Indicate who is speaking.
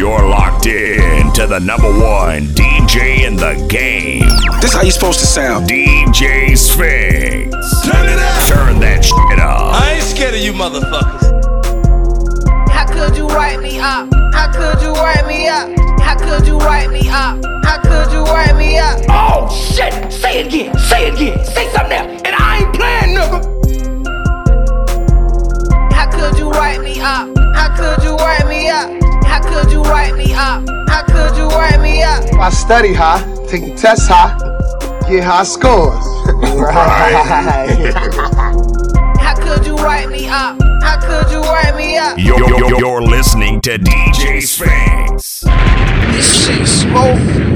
Speaker 1: locked in to the number one DJ in the game,
Speaker 2: This how you supposed to sound.
Speaker 1: DJ Sphinx.
Speaker 3: Turn it up.
Speaker 1: Turn that shit up.
Speaker 3: I ain't scared of you motherfuckers.
Speaker 4: How could you write me up? How could you write me up? How could you write me up? How could you write me up?
Speaker 5: Oh shit! Say it again! Say it again! Say something else! And I ain't playing, nigga!
Speaker 4: How could you write me up? How could you write me up? How could you write me up? How could you write me up?
Speaker 6: I study high, take tests high, get high scores. right.
Speaker 4: How could you write me up? How could you write me up?
Speaker 1: You're, you're, you're, you're listening to DJ Sphinx.
Speaker 7: This shit smoke.